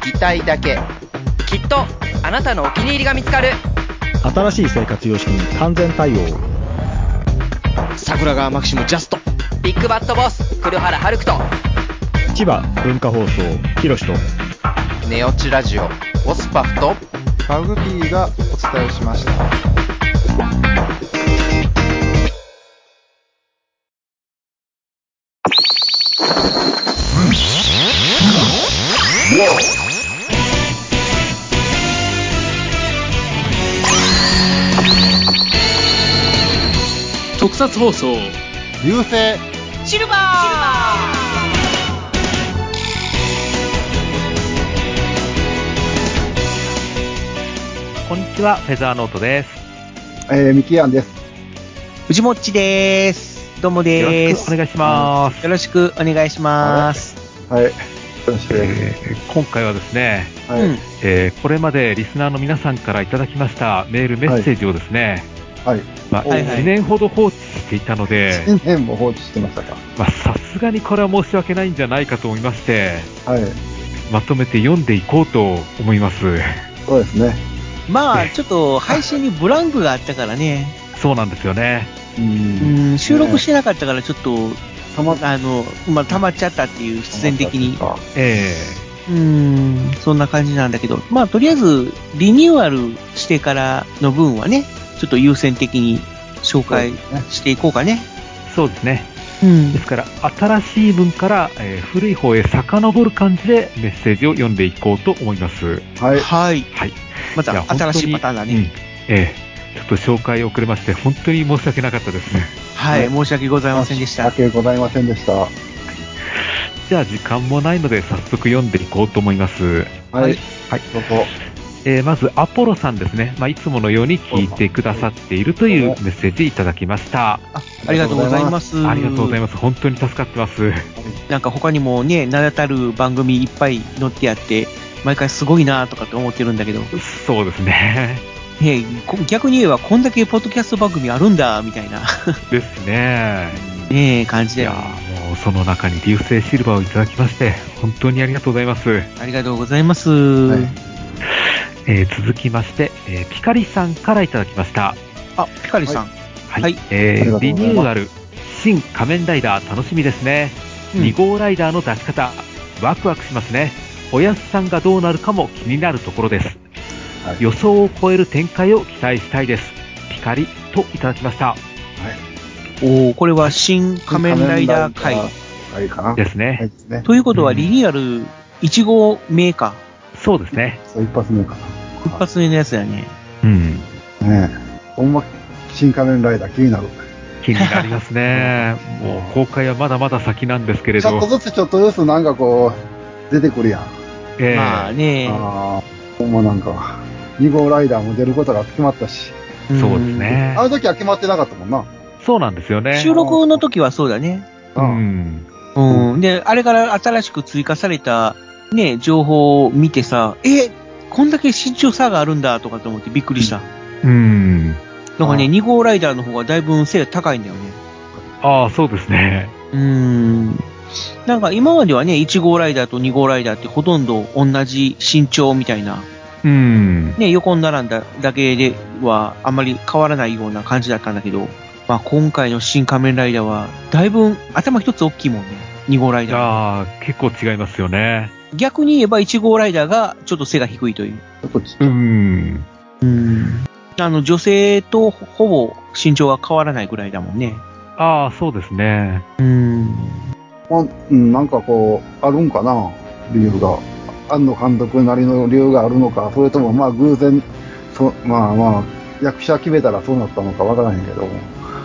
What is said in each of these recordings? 聞きたいだけきっとあなたのお気に入りが見つかる新しい生活様式に完全対応桜川マキシムジャストビッグバットボス黒原遥人千葉文化放送ひろしとネオチラジオオスパフとバグビーがお伝えしました。特撮放送流星シルバーこんにちは、フェザーノートです。えー、ミキアンです。藤もっちでーす。どうもでよーろしくす。お願いします。よろしくお願いします。はい。よろしくです。今回はですね、はい。うんえーこれまでリスナーの皆さんからいただきましたメールメッセージをですね、はい。まあ、はいはい2年ほど放置していたので、新年も放置してましたか。まあさすがにこれは申し訳ないんじゃないかと思いまして、はい。まとめて読んでいこうと思います。そうですね。まあ、ちょっと配信にブランクがあったからね。そうなんですよね。う。うんん、収録してなかったからちょっと、たまあの、まあ、溜まっちゃったっていう必然的に。あえうん、そんな感じなんだけど。まあ、とりあえず、リニューアルしてからの分はね、ちょっと優先的に紹介していこうかね。ーそうですね。うんですから、新しい文から、えー古い方へ遡る感じでメッセージを読んでいこうと思います。はい。はい。はい。またいや新しいパターンだね。本当にうんええちょっと紹介遅れまして、本当に申し訳なかったですね。はい、申し訳ございませんでした申。訳ございませんでした。はじゃあ、時間もないので、早速読んでいこうと思います。い。はいい。どうぞ。えーまず、アポロさんですね。まあ、いつものように聞いてくださっているというメッセージいただきました。あありがとうございます。ありがとうございまます。本当に助かってます。す。なんか他にもね、名だたる番組いっぱい載ってあって、毎回すごいなとかって思ってるんだけど、ねそうですね。え、こ逆に言えばこんだけポッドキャスト番組あるんだ、みたいな、 ですね。ねえ、感じいでや。ーもうその中に流星シルバーをいただきまして、本当にありがとうございます。ありがとうございます。はいえー続きまして、えーピカリさんからいただきました。あ、ピカリさん。はい、はいえありがとうごー、ざいますリニューアル、新仮面ライダー楽しみですね、うん2号ライダーの出し方、ワクワクしますね、おやすさんがどうなるかも気になるところです、はい予想を超える展開を期待したいです、ピカリといただきましたおおこれは新仮面ライダー仮会面。ライダー会かな。ですね、はいですね。ということはリニューアル1号メーカそうですね、そう一発目かー、一発目のやつだよね。うん、な。ねえ。ほんま、新仮面ライダー気になる。気になりますね、もう公開はまだまだ先なんですけれちょっとど、ずつちょっとずつなんかこう、出てくるやん。えーまあね、ああ。ほんまなんか、2号ライダーも出ることが決まったし。んそうです。ねあ、の時は決まってなかったもんな。そうなんですよね。収録の時はそうだね。うんうん。で、あれから新しく追加された、ね、情報を見てさ、え、こんだけ身長差があるんだとかと思ってびっくりした。うんなんかね、あ2号ライダーの方がだいぶ背が高いんだよね。ああ、そうですね。うん。なんか今まではね、1号ライダーと2号ライダーってほとんど同じ身長みたいな、うん。ね、横に並んだだけではあんまり変わらないような感じだったんだけど、まあ今回の新仮面ライダーは、だいぶ頭一つ大きいもんね、2号ライダーは。ああ、結構違いますよね。逆に言えば1号ライダーがちょっと背が低いという。ちょっとちうん。あの、女性とほぼ身長が変わらないぐらいだもんね。ああ、そうですね。うん。まあ、うん、なんかこう、あるんかな、理由が。庵野監督なりの理由があるのか、それともまあ偶然、そまあまあ、役者決めたらそうなったのかわからへんけど。う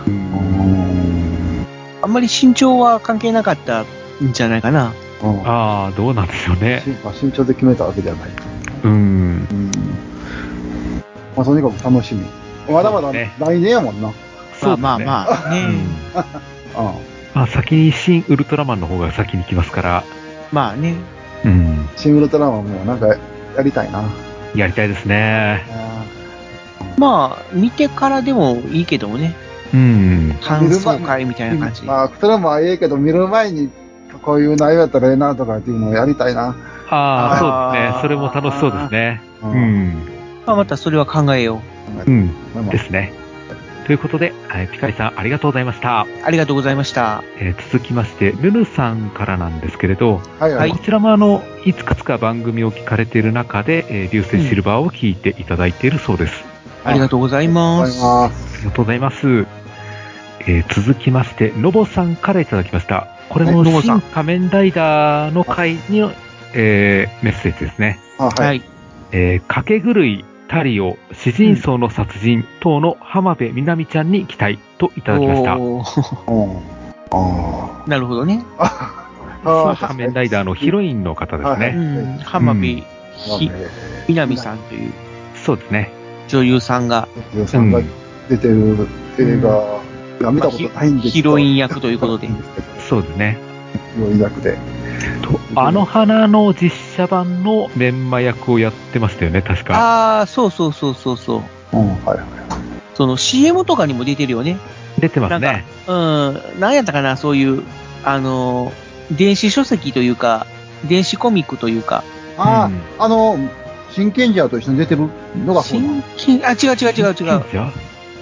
ーん。あんまり身長は関係なかったんじゃないかな。うんああ、どうなんでしょうね。しまあ、慎重で決めたわけじゃない。うんう。ん。まあ、とにかく楽しみ。まだまだそうですね来年やもんな。うん。そうですねまあまあまあ。うんねまあ、先に新ウルトラマンの方が先に来ますから、まあね。うん、シングルトラマンもなんかやりたいな。やりたいですね。まあ、見てからでもいいけどもね。うん。感想会みたいな感じ。まあ、トラマンはええけど、見る前にこういう内容やったらええなとかっていうのをやりたいな。ああ、あーそうですね。それも楽しそうですね。うう。ん。まあ、またそれは考えようん。まあまあですね。ということで、えーピカリさんありがとうございました。う。ありがとうございました。えー続きまして、ルルさんからなんですけれど、はいはい。こちらもあの、いつかつか番組を聞かれている中で、えー流星シルバーを聞いていただいているそうです。ありがとうございまありがとうございます。す。ありがとうございます。えー続きまして、ロボさんからいただきました。これもはいロボさ新ん仮面ライダーの回に、えーメッセージですね。あ、は。はいい。えー、かけ狂い、タリオ、詩人層の殺人等の浜辺美波ちゃんに期待といただきました。おー うん。あなるほどね。あ。仮面ライダーのヒロインの方ですはういね。ん。浜辺ひー。みなみさんというそうですね。女優さんが、さんが出てる映画、いや見たことないんですヒロインン役ということで。そうですね。ヒロイン役で。とあの花の実写版のメンマ役をやってましたよね、確か。ああ、そうそうそうそうそう。うん、はいはその CM とかにも出てるよね。出てますなんね。うん、なんやったかな、そういう、あの、電子書籍というか、電子コミックというか、い。ああ、うんあの、真剣ジャーと一緒に出てるのがそうな新の規、あ、違う違う違う違う。じゃあ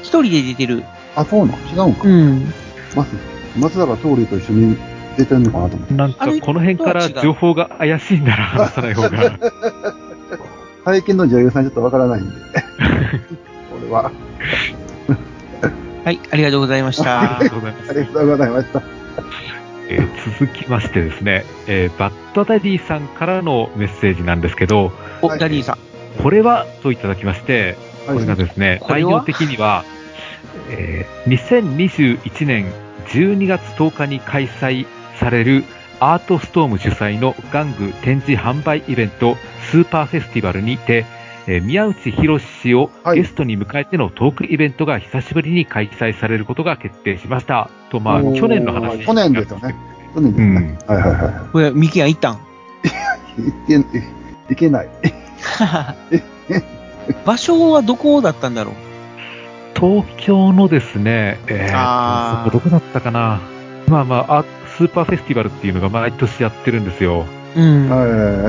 一人で出てる。あ、そうなの違うんか。うん。松松坂桃李と一緒に出てるのかなと思って。なんかあのこの辺から情報が怪しいなら話さない方 が。最近の女優さんちょっとわからない んで。俺は、はい、ありがとうございまし あたり。がとうございまあすりがとうございました。えー続きましてですね、えーバッドダディさんからのメッセージなんですけど、お、はいダディさん。これはといただきまして、これはがいですね、こ内れは容的には、えー2021年12月10日に開催されるアートストーム主催の玩具展示販売イベントスーパーフェスティバルにて、えー宮内博氏をはいゲストに迎えてのトークイベントが久しぶりに開催されることが決定しました。と、まあ、おー去年の話。去年ですよね。去年ですね。はいはいはいはこれ、ミキアン 行ったんい。いけ、いけない。場所はどこだったんだろう東京のですね、えーあーそこどこだったかな。まあまああ、スーパーフェスティバルっていうのが毎年やってるんですよ。うん。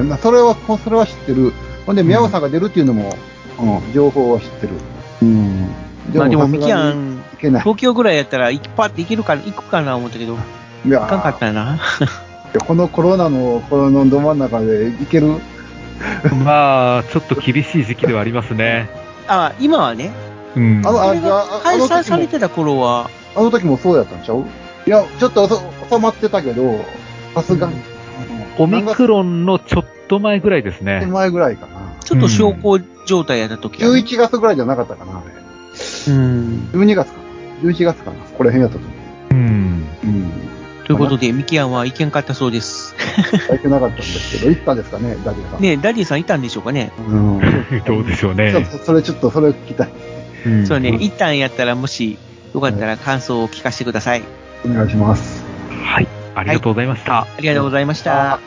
ええそれは、こそれは知ってる。ほんで、宮尾さんが出るっていうのも、うん、情報は知ってる。うん。まあでも、さすがにミキアン、いけない。東京ぐらいやったら、いパって行けるかな、行くかな思ったけど、行いやかんかったな。このコロナの、このど真ん中でいける まあ、ちょっと厳しい時期ではありますね。あ、今はね、うん。あの、そあ、れじゃがあ、あ開の時催もされてた頃は、あの時もそうやったんちゃういや、ちょっとそ収まってたけど、さすがに。オミクロロンのちょっと前ぐらいです手ね。前ぐらいかな。ちょっと小康状態やった時はね、 11月ぐらいじゃなかったかな、あれ。うん。 12月かな。11月かな。ここら辺やったと思うん。う。うん。ということで、ミキアンは行けんかったそうです。大けなかったんですけど、行ったんですかね、ダディさん。ねえダディさんいたんでしょうかね、うん。どうでしょちょっうね。とそれちょっと、それ聞きたい。うんそうね、いたんやったら、もし、よかったら感想を聞かせてください。お願いします。はい。ありがとうございました。ありがとうございました。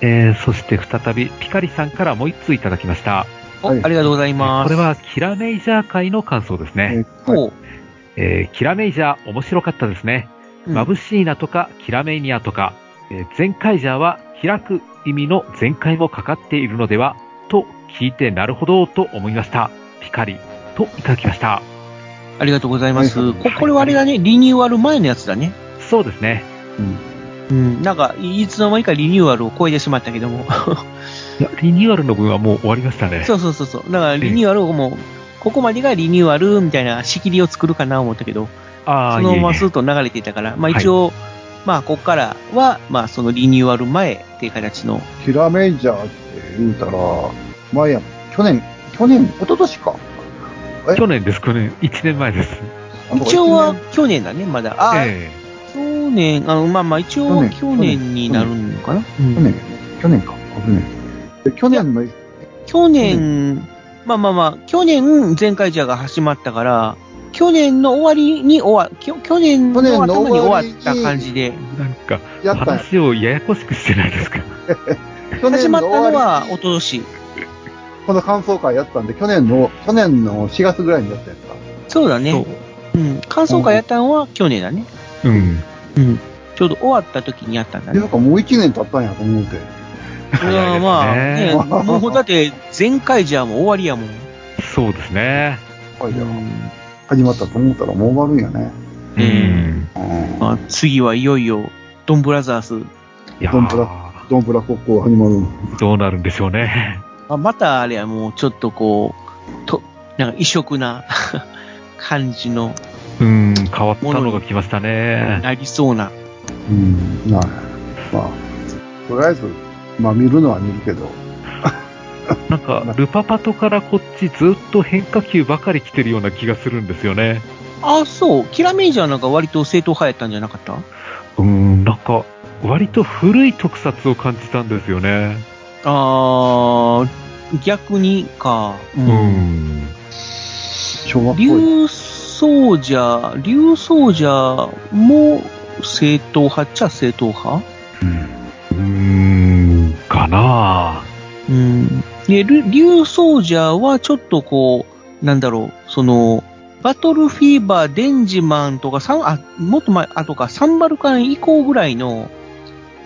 えー、そして再び、ピカリさんからもう一通いただきました。お、はいありがとうございまこす。れは、キラメイジャー界の感想ですね。はいおう、えーキラメイジャー面白かったですね。うん眩しいなとか、キラメイニアとか、えー、全開ジャーは開く意味の全開もかかっているのではと聞いてなるほどと思いました。ピカリといただきました。ありがとうございます。はいここれはあれだね、リニューアル前のやつだね。そうですね。うん、なんか、いつの間にかリニューアルを超えてしまったけども。いやリニューアルの分はもう終わりましたね。そうそうそうそう。だから、リニューアルをもう、ここまでがリニューアルみたいな仕切りを作るかな思ったけど、あそあ、のいえいままスーえッと流れていたから、まあ一応、まあここからは、まあそのリニューアル前っていう形の、キラメイジャーって言うたら、前やもん去年、去年、一昨年か。え去年です、去年。1年前です。一応は去年だね、まだ。あ、ええ去年、あの、まあまあ一応は去去年年になるのかな。去年、去年か。去年。で去年の、去年、まあまあまあ、去年、全会社が始まったから、去年の終わりに終わ、きょ去年の去年の頭に終わり終にわった感じで、なんか、やったよ。話をややこしくしてないですか。去始年まっのた終のわはおととし。り、この感想会やったんで、去年の、去年の4月ぐらいにやったやつか。そうだそね。うん。感想会やったのは去年だね。う。うん。うん。ちょうど終わった時にやったんだで、ねな。んかもう1年経ったんやと思うて。いやーまあ、早いでね、すねもうだって、前回じゃもう終わりやもん。そうですね。はいや、うん始まったと思ったらもう終わるんやね。ううんん。うんまあ、次はいよいよ、ドンブラザーズ。いやドンブラードンブラ国交始まる。どうなるんでしょうね。まあ、またあれはもうちょっとこう、と、なんか異色な 感じの、うん、変わったのが来ましたね。なりそうな。うん、はい。まあ、とりあえず、まあ見るのは見るけど、なんか、ルパパトからこっちずっと変化球ばかり来てるような気がするんですよね。あ、そう。キラメイジャーなんか割と正統派やったんじゃなかったうん、なんか、割と古い特撮を感じたんですよね。あー、逆にか。うう。ん。昭和っぽい。竜ソージャー、竜ソージャーも正統派っちゃ正統派うーん、かなうん。で、ル竜ソージャーはちょっとこう、なんだろう、その、バトルフィーバー、デンジマンとか、サンあ、もっと前、あとか、サンバルカン以降ぐらいの、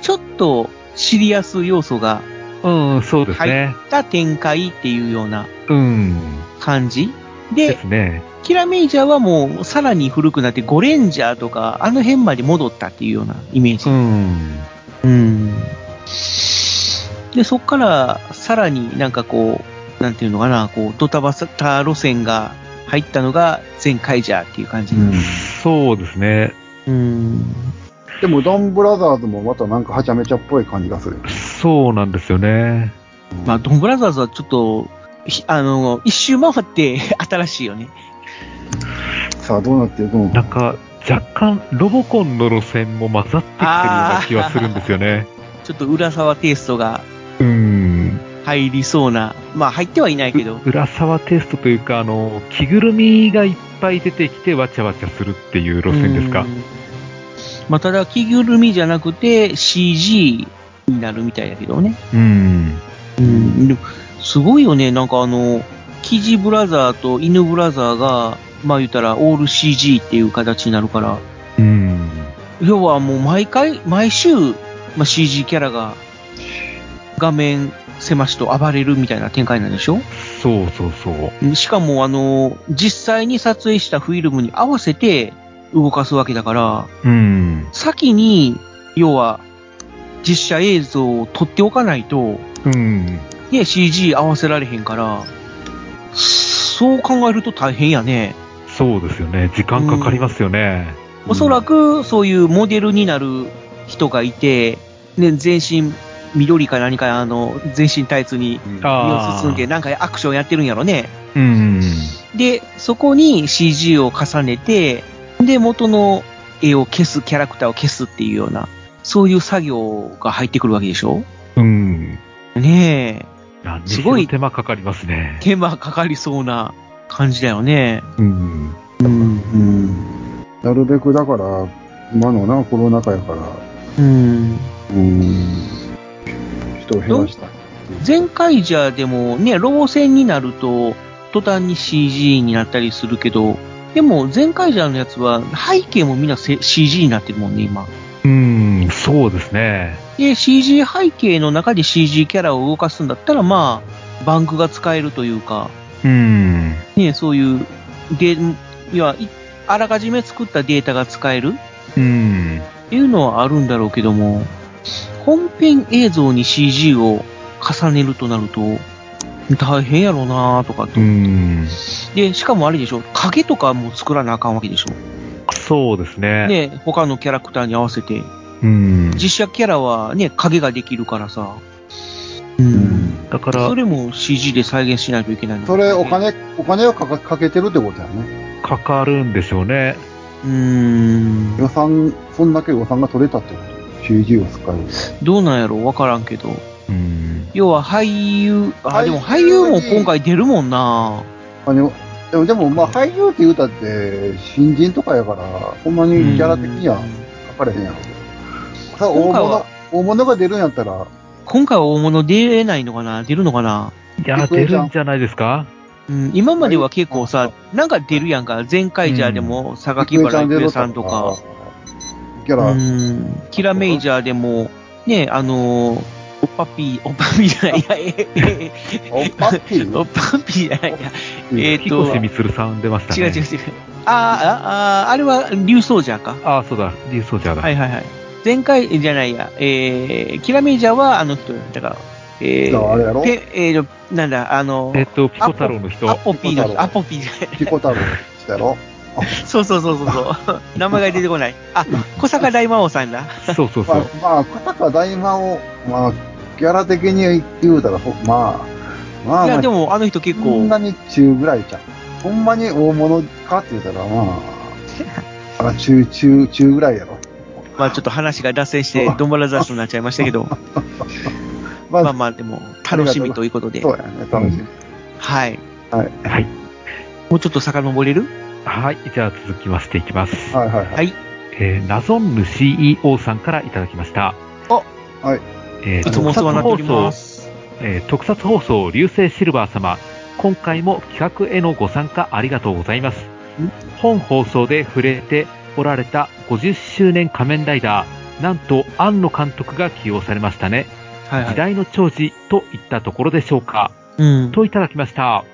ちょっとシリアス要素がうん、そうですね。た展開っていうようなうん。感じでで、すね。キラメイジャーはもうさらに古くなって、ゴレンジャーとか、あの辺まで戻ったっていうようなイメージう。ん。うん。で、そっから、さらになんかこう、なんていうのかな、こう、ドタバタ路線が入ったのが、全開ジャーっていう感じ。うんそうですね。うん。でも、ドンブラザーズもまたなんかはちゃめちゃっぽい感じがする。そうなんですよね。まあ、ドンブラザーズはちょっと、ひあの、一周回って 新しいよね。さあ、どうなっていくのなんか、若干、ロボコンの路線も混ざってきてるような気はするんですよね。ちょっと浦沢テイストがうん。入りそうな、まあ入ってはいないけど、浦沢テストというか、あの、着ぐるみがいっぱい出てきてわちゃわちゃするっていう路線ですうかん。まあ、ただ、着ぐるみじゃなくて CG になるみたいだけどね。うん。うん、でもすごいよね、なんかあの、キジブラザーと犬ブラザーが、まあ言ったらオール CG っていう形になるから、うん。要はもう毎回、毎週、まあ、CG キャラが画面狭しと暴れるみたいな展開なんでしょそうそうそう。しかもあの、実際に撮影したフィルムに合わせて動かすわけだから、うん。先に、要は、実写映像を撮っておかないと、うん。ね、CG 合わせられへんから、そう考えると大変やね。そうですよね。時間かかりますよね。おそらく、そういうモデルになる人がいて、ね、全身、緑か何か、あの、全身タイツに身をああ。包んで、なんかアクションやってるんやろね。うん。で、そこに CG を重ねて、で、元の絵を消す、キャラクターを消すっていうような、そういう作業が入ってくるわけでしょうん。ねえ。なんすごい手間かかりますね。手間かかりそうな感じだよね。うん。うん。なるべくだから、今のな、コロナ禍やから、うん。うん。人を減らしたい。前回じゃでもね、ロボ戦になると、途端に CG になったりするけど、でも前回じゃのやつは背景もみんなせ CG になってるもんね、今。うん、そうですね。で、CG 背景の中で CG キャラを動かすんだったら、まあ、バンクが使えるというか、うん。ね、そういう、で、いや、いあらかじめ作ったデータが使えるうん。っていうのはあるんだろうけども、本編映像に CG を重ねるとなると、大変やろうなとかと、うん。で、しかもあれでしょ、影とかも作らなあかんわけでしょ。そうですね。ね、他のキャラクターに合わせて。うん。実写キャラはね、影ができるからさ。う。うんん。だからそ、れも CG で再現しないといけないのそれ、お。金、お金をかかかけてるってことやね。かかるんでしょうね。うーん。予算、そんだけ予算が取れたってこと。CG を使う。どうなんやろわからんけど。うん。要は俳優、あ、俳で優も俳優も今回出るもんな。あのでも、でも、まあ、俳優って言うたって、新人とかやから、ほんまにギャラ的には書かれへんやろ。さあ、大今回物は、大物が出るんやったら、今回は大物出れないのかな出るのかないや、出るんじゃないですかうん、今までは結構さ、なんか出るやんか。前回じゃでも、榊原郁恵さんとか、、ギャラ、うん、キラメイジャーでも、ね、あのー、おっぱっぴー、おっぱっぴーじゃない、いや、えええおっぱっぴー おっぱっぴーじゃない、いや、えーっ木越と、みつるさん出ましたね。違う違う違う。あーあ、あーあれは、竜奏者か。ああ、そうだ、リュウソウジャーだ。はいはいはい。前回じゃないや、えー、キラメイジャーはあの人よだから、えだからあれやろペえーと、なんだ、あの、えっと、ピコ太郎の人ア。ポピーのピコ太人、郎アポピーじゃない。ピコ太郎したやろ。そうそうそうそう そう。名前が出てこない。あ、小坂大魔王さんだ。そうそうそまう。あ、まあ、小高大魔王、まあ、ギャラ的に言うたら、ほまあ、まあ、まいや、あで、もあの人結そん構、なに中ぐらいじゃん。ほんまに大物かって言ったら、まあ、あ中、中、中ぐらいやろ。まあちょっと話が脱線して、ドンバラザースになっちゃいましたけど、ままあまあでも、楽しみということでそ。うやね、楽しみ。はい。はい。はい。もうちょっと遡れるはい。じゃあ、続きましていきます。はいはいはい。はい。えー、ナゾンヌ CEO さんからいただきました。あはい。えーいつもお世話になっておりまえー特撮放送流星シルバー様今回も企画へのご参加ありがとうございます本放送で触れておられた50周年仮面ライダーなんと庵野監督が起用されましたね、はいは時い。代の長寿といったところでしょうかうん。といただきましたあ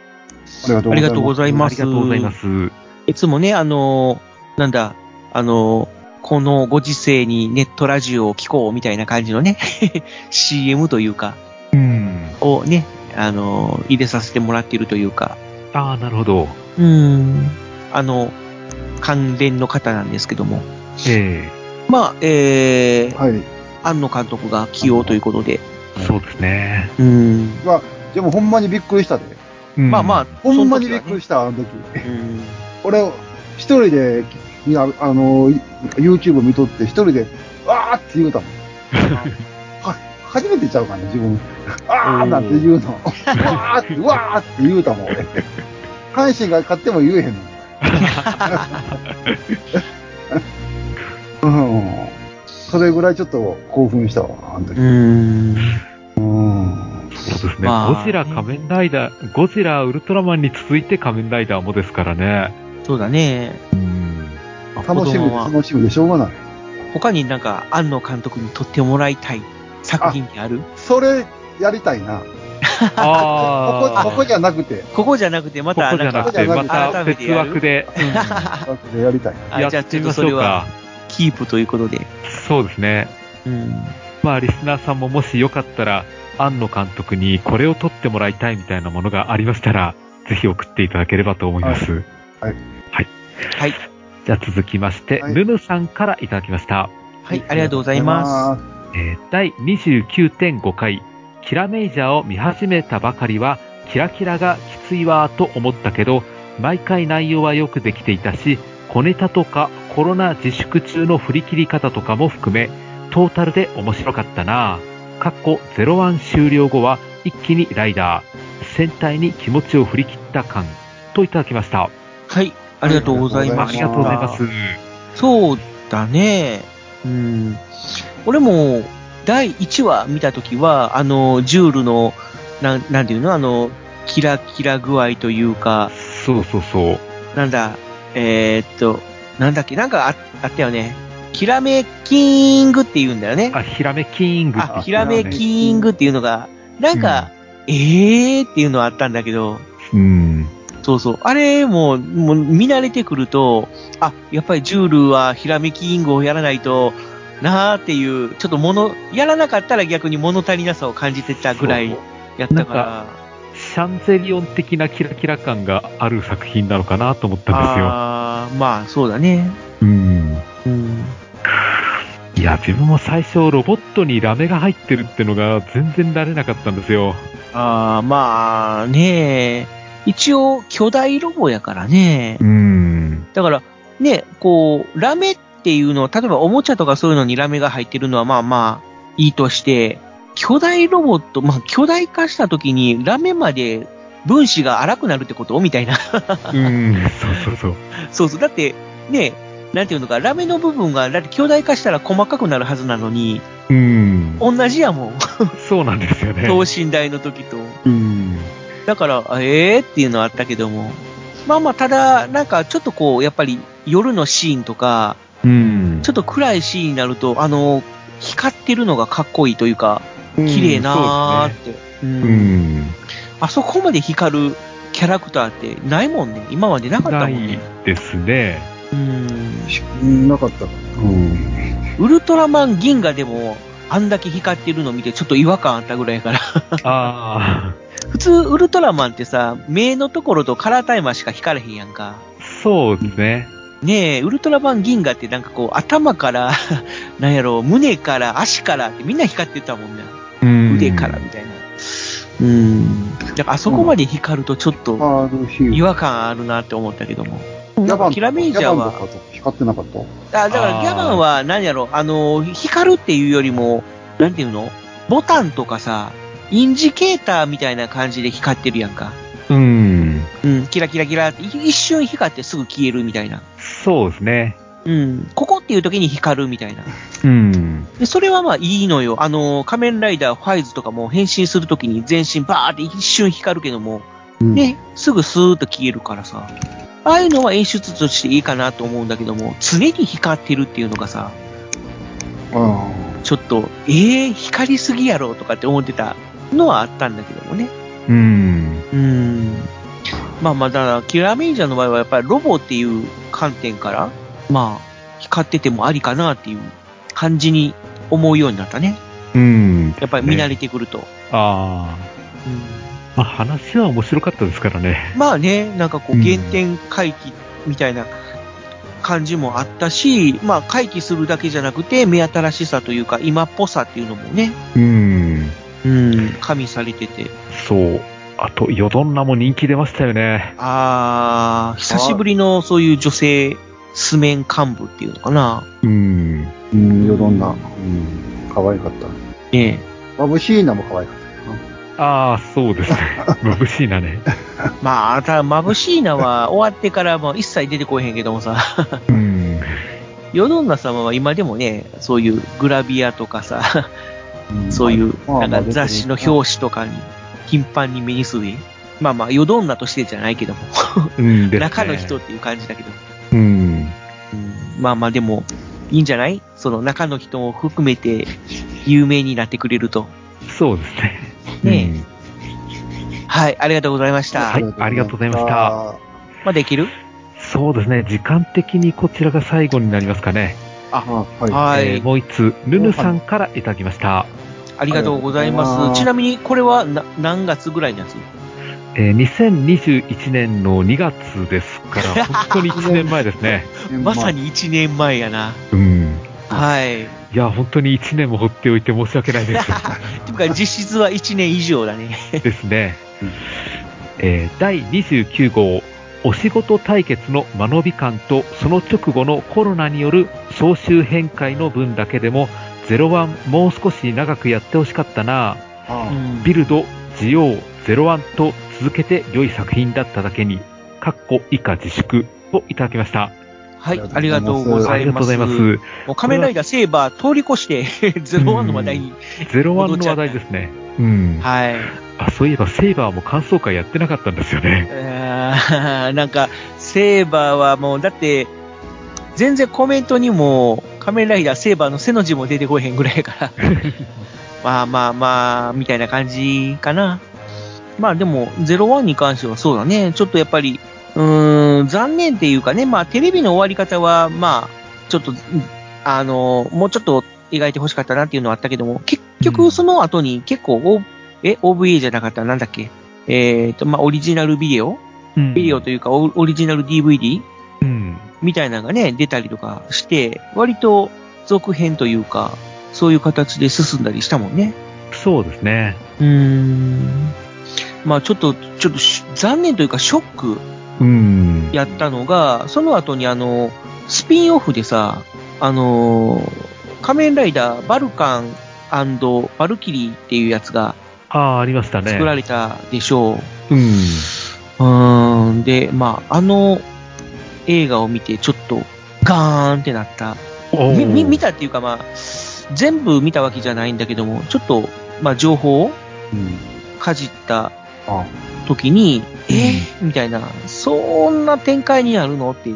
りがとうごいざいあまりす。がとうございますいつもね、あのーなんだ、あのーこのご時世にネットラジオを聞こうみたいな感じのね、CM というか、うんをね、あのー入れさせてもらっているというか、ああなるほどうん、あの、関連の方なんですけども。えまあ、えー、ます。はい。庵野監督が起用ということで、ー、そうですね、うん、まあ、でもほんまにびっくりしたで。うんまあまあ、ほんまにびっくりしした、あの時。た、うん俺、一人で、いやあの、YouTube 見とって、一人で、わーって言うたも ん。は初めてちゃうかな、自分。あーなんて言う の。わーって、わーって言うたもん、俺。阪神が勝っても言えへん の。うん。それぐらいちょっと興奮したわ、あの時。うん。うん。そうですね、まあゴジラ、仮面ライダー、ゴジラ、ウルトラマンに続いて仮面ライダーもですからね。そうだね。うん。楽しみで、子供は楽しみでしょうがない。他になんか、庵野監督に撮ってもらいたい作品ってあるそれ、やりたいな。こあこ、ここじゃなくて、ここじゃなくて、まこた、こなじんゃなく、かて、ここじゃなまくてた改めて別やる枠で、やりたい。うんあじゃあちょっとそやてみましれょうはか。キープということで。そうですね。うん。まあ、リスナーさんももしよかったら、庵野監督にこれを撮ってもらいたいみたいなものがありましたら、ぜひ送っていただければと思います。はい。はい。はい。じゃあ続きまして、はいムムさんからいただきました。はい、ありがとうございます。す。えー第29.5回、キラメイジャーを見始めたばかりは、キラキラがきついわーと思ったけど、毎回内容はよくできていたし、小ネタとかコロナ自粛中の振り切り方とかも含め、トータルで面白かったなぁ。かっこ01終了後は一気にライダー、戦隊に気持ちを振り切った感、といただきました。はい、ありがとうございあまあす。りがとうございます。。そうだね。うん。俺も、第1話見たときは、あの、ジュールの、なん、なんていうのあの、キラキラ具合というか、そうそうそう。なんだ、えーっと、なんだっけ、なんかああったよね。キラメキングって言うんだよね。あ、ひらめキングってあ、言ひらめったねキングっていうのが、なんか、えーっていうのはあったんだけど、うん。そうそう。あれも、もう見慣れてくると、あ、やっぱりジュールはひらめきイングをやらないと、なーっていう、ちょっと物、やらなかったら逆に物足りなさを感じてたぐらいやったから。シャンゼリオン的なキラキラ感がある作品なのかなと思ったんですよ。あーまあそうだね。うん。うん。いや、自分も最初ロボットにラメが入ってるってのが全然慣れなかったんですよ。あーまあね一応巨大ロボやからね。ん。だから、ね、こう、ラメっていうのは、例えばおもちゃとかそういうのにラメが入ってるのはまあまあいいとして、巨大ロボット、まあ、巨大化した時にラメまで分子が荒くなるってことみたいな。 うん、そうそうそう。そうそう。だって、ね、なんていうのか、ラメの部分が、だって巨大化したら細かくなるはずなのに、うん。同じやもん。そうなんですよね。等身大の時と。うん。だから、あええー、っていうのはあったけども。まあまあ、ただ、なんかちょっとこう、やっぱり夜のシーンとか、うん。ちょっと暗いシーンになると、あの、光ってるのがかっこいいというか、綺麗なーって。うんうん。あそこまで光るキャラクターってないもんね。今までなかったもなんいね。ですね。うん。うんなかった。うん。ウルトラマン銀河でも、あんだけ光ってるの見てちょっと違和感あったぐらいやから。あ あ、普通、ウルトラマンってさ、目のところとカラータイマーしか光れへんやんか。そうですね。ねえ、ウルトラマン銀河ってなんかこう、頭から、 なんやろ、胸から、足からってみんな光ってたもんね。うん。腕からみたいな。うん。だからあそこまで光るとちょっとあるし、違和感あるなって思ったけども。ギャバンキラメイジャーはギャバンとかと光ってなかったあだからギャバンは何やろ、あの、光るっていうよりも、なんていうのボタンとかさ、インジケーターみたいな感じで光ってるやんか。うん。うん、キラキラキラって、い一瞬光ってすぐ消えるみたいな。そうですね。うん、ここっていう時に光るみたいな。うん。で、それはまあいいのよ。あの、仮面ライダーファイズとかも変身するときに全身バーって一瞬光るけども、うんね、すぐスーッと消えるからさ。ああいうのは演出としていいかなと思うんだけども、常に光ってるっていうのがさ、あちょっと、えー、光りすぎやろとかって思ってたのはあったんだけどもね。うん。うーん。まあまあ、だから、キラーメイジャーの場合はやっぱりロボっていう観点から、まあ、光っててもありかなっていう感じに思うようになったね。うん。やっぱり見慣れてくると。ああ。まあ話は面白かったですからね。まあね、なんかこうう、ん原点回帰みたいな感じもあったし、まあ、回帰するだけじゃなくて、目新しさというか、今っぽさっていうのもね、うん。うん、加味されてて。そう。あと、ヨドンナも人気出ましたよね。あー、久しぶりのそういう女性、素面幹部っていうのかな。うん。あ。うん、よどんな。うん。可愛かった。ねえ眩しいなも可愛かった。ああ、そう ですね。眩しいなね。まあ、ただ、眩しいなは終わってからもう一切出てこえへんけどもさ、 うん。ヨドンナ様は今でもね、そういうグラビアとかさ、んそういうまなあんまあか雑誌の表紙とかに頻繁に目にする。まあまあ、ヨドンナとしてじゃないけども、うん、ですね中の人っ。ていう感じだけど、うん。うんまあまあでも、いいんじゃないその中の人も含めて有名になってくれると。そうですね。ねうんはい、ありがとうございました。はいありがとうございました。まあできるそうですね。時間的にこちらが最後になりますかね。あ、はい。はえいー。もう一つ、ヌヌさんからいただきました。ありがとうございありがとうございま。ますすちなみに、これはな何月ぐらいのやつえー2021年の2月ですから、本当に1年前です ね。まさに1年前やな。うん。はい。いや、本当に1年も放っておいて申し訳ないです。とか実質は1年以上だね。ですね。えー第29号、お仕事対決の間延び感と、その直後のコロナによる総集編会の分だけでも、01もう少し長くやってほしかったなぁあビルド、ジオー、ゼロワンと続けて良い作品だっただけに、かっこ以下自粛をいただきました。はい、ありがとうごあざりいがとうまごす。ざいます。もう仮面ライダーセーバー通り越して、ゼロワンの話題に。ゼロワンの話題ですね。うん。はい。あ、そういえばセイバーも感想会やってなかったんですよね。えーなんか、セーバーはもう、だって、全然コメントにも、仮面ライダーセーバーの背の字も出てこへんぐらいやから。まあまあまあ、みたいな感じかな。まあでも、01に関してはそうだね。ちょっとやっぱり、うーん、残念っていうかね、まあテレビの終わり方は、まあ、ちょっと、うんあの、もうちょっと描いてほしかったなっていうのはあったけども、結うん局その後に結構、おえ、OVA じゃなかったなんだっけえっ、と、まあオリジナルビデオうんビデオというかオオリジナル DVD うん。みたいなのがね、出たりとかして、割と続編というか、そういう形で進んだりしたもんね。そうですね。うーん。まあちょっと、ちょっとし残念というかショックうん。やったのが、その後にあの、スピンオフでさ、あのー仮面ライダーバルカンバルキリーっていうやつがああ、ありましたね。作られたでしょう。うん。うーん。で、まあ、あの映画を見て、ちょっとガーンってなった。おみーみ見たっていうか、まあ、全部見たわけじゃないんだけども、ちょっと、まあ、情報をうん。かじったあ時に、えーみたいな、そんな展開になるのって、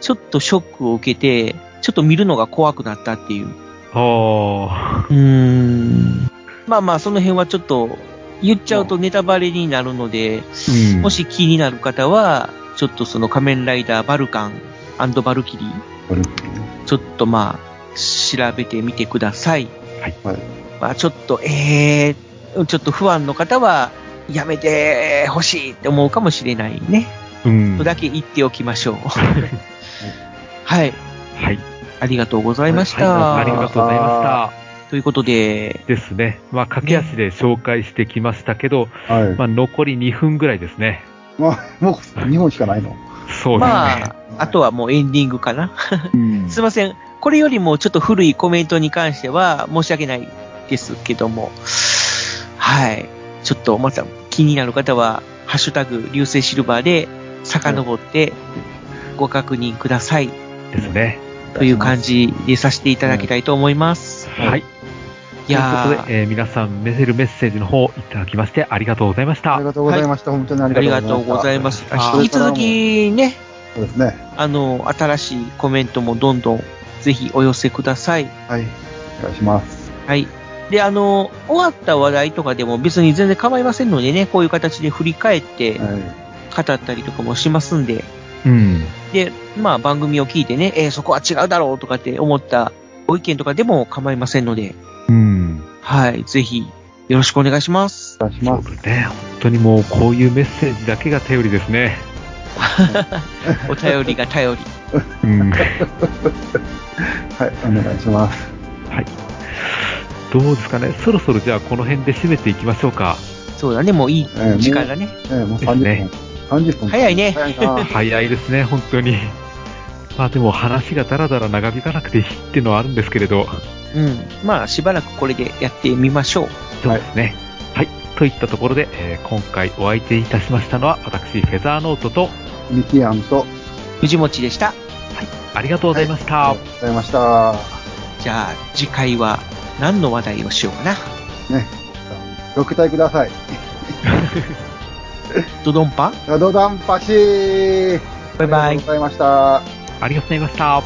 ちょっとショックを受けて、ちょっと見るのが怖くなったっていう。あうーん。まあまあ、その辺はちょっと、言っちゃうとネタバレになるので、ーうん。もし気になる方は、ちょっとその仮面ライダーバルカンバルキリー、あれちょっとまあ、調べてみてください。はい。まあちょっと、えー、ちょっと不安の方は、やめてほしいって思うかもしれないね。うん。とだけ言っておきま しょう。はい。はい。ありがとうございましはいた。ありがとうございました。ということで、ですね。まあ、駆け足で紹介してきましたけど、はい。まあ、残り2分ぐらいですね。まあ、 もう2本しかないの。そうですね。まあ、あとはもうエンディングかな。うんすいません。これよりもちょっと古いコメントに関しては申し訳ないですけども。はい。ちょっとまた気になる方は、ハッシュタグ、流星シルバーで遡ってご確認くださいですね。という感じでさせていただきたいと思います。はい。いやということー、で、えー皆さん、メッセージメッセージの方いただきまして、ありがとうございましあたり。がとうございました。本当にあありりががととううごござざいいまましす。た。引き続きね、そうですね。あの、新しいコメントもどんどんぜひお寄せください。はい。お願いします。はい。で、あの、終わった話題とかでも別に全然構いませんのでね、こういう形で振り返っては語ったりとかもしますんで、うん。で、まあ番組を聞いてね、えーそこは違うだろうとかって思ったご意見とかでも構いませんので、うん。はい、ぜひよろしくお願いします。い。お願いしまそすう。だね。本当にもう、こういうメッセージだけが頼りですね。お便りが頼り。うん。はい。お願いします。はい。どうですかね。そろそろじゃあこの辺で締めていきましょうか。そうだね、もういいえーもう時間だね。ええ、もうですね30分。30分。早いね早いな。早いですね、本当に。まあでも話がだらだら長引かなくていいっていうのはあるんですけれど。うん。まあしばらくこれでやってみましょう。そうですね。はい。といったところで、えー今回お相手いたしましたのは私、フェザーノートと、ミキアンと、藤持でした。ありがとうございました。ありがとうございました。じゃあ次回は何の話題をしようかな。ね。ご期待ください。ドドンパドダンパシーバイバイありがとうございました。ありがとうございました。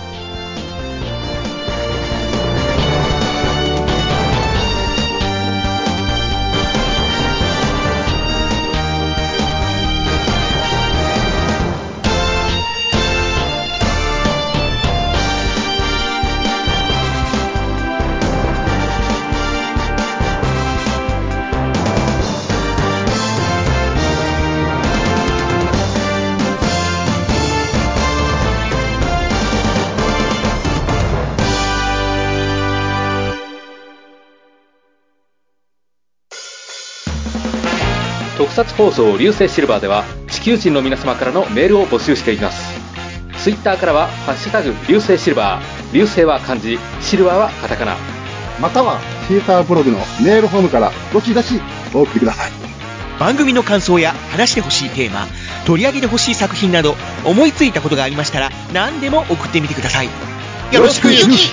特撮放送流星シルバーでは地球人の皆様からのメールを募集していますツイッターからは「ハッシュタグ流星シルバー」流星は漢字シルバーはカタカナまたは、シーターブログのメールフォームから、どちらし、お送りください。番組の感想や話してほしいテーマ取り上げてほしい作品など思いついたことがありましたら何でも送ってみてくださいよろしくゆき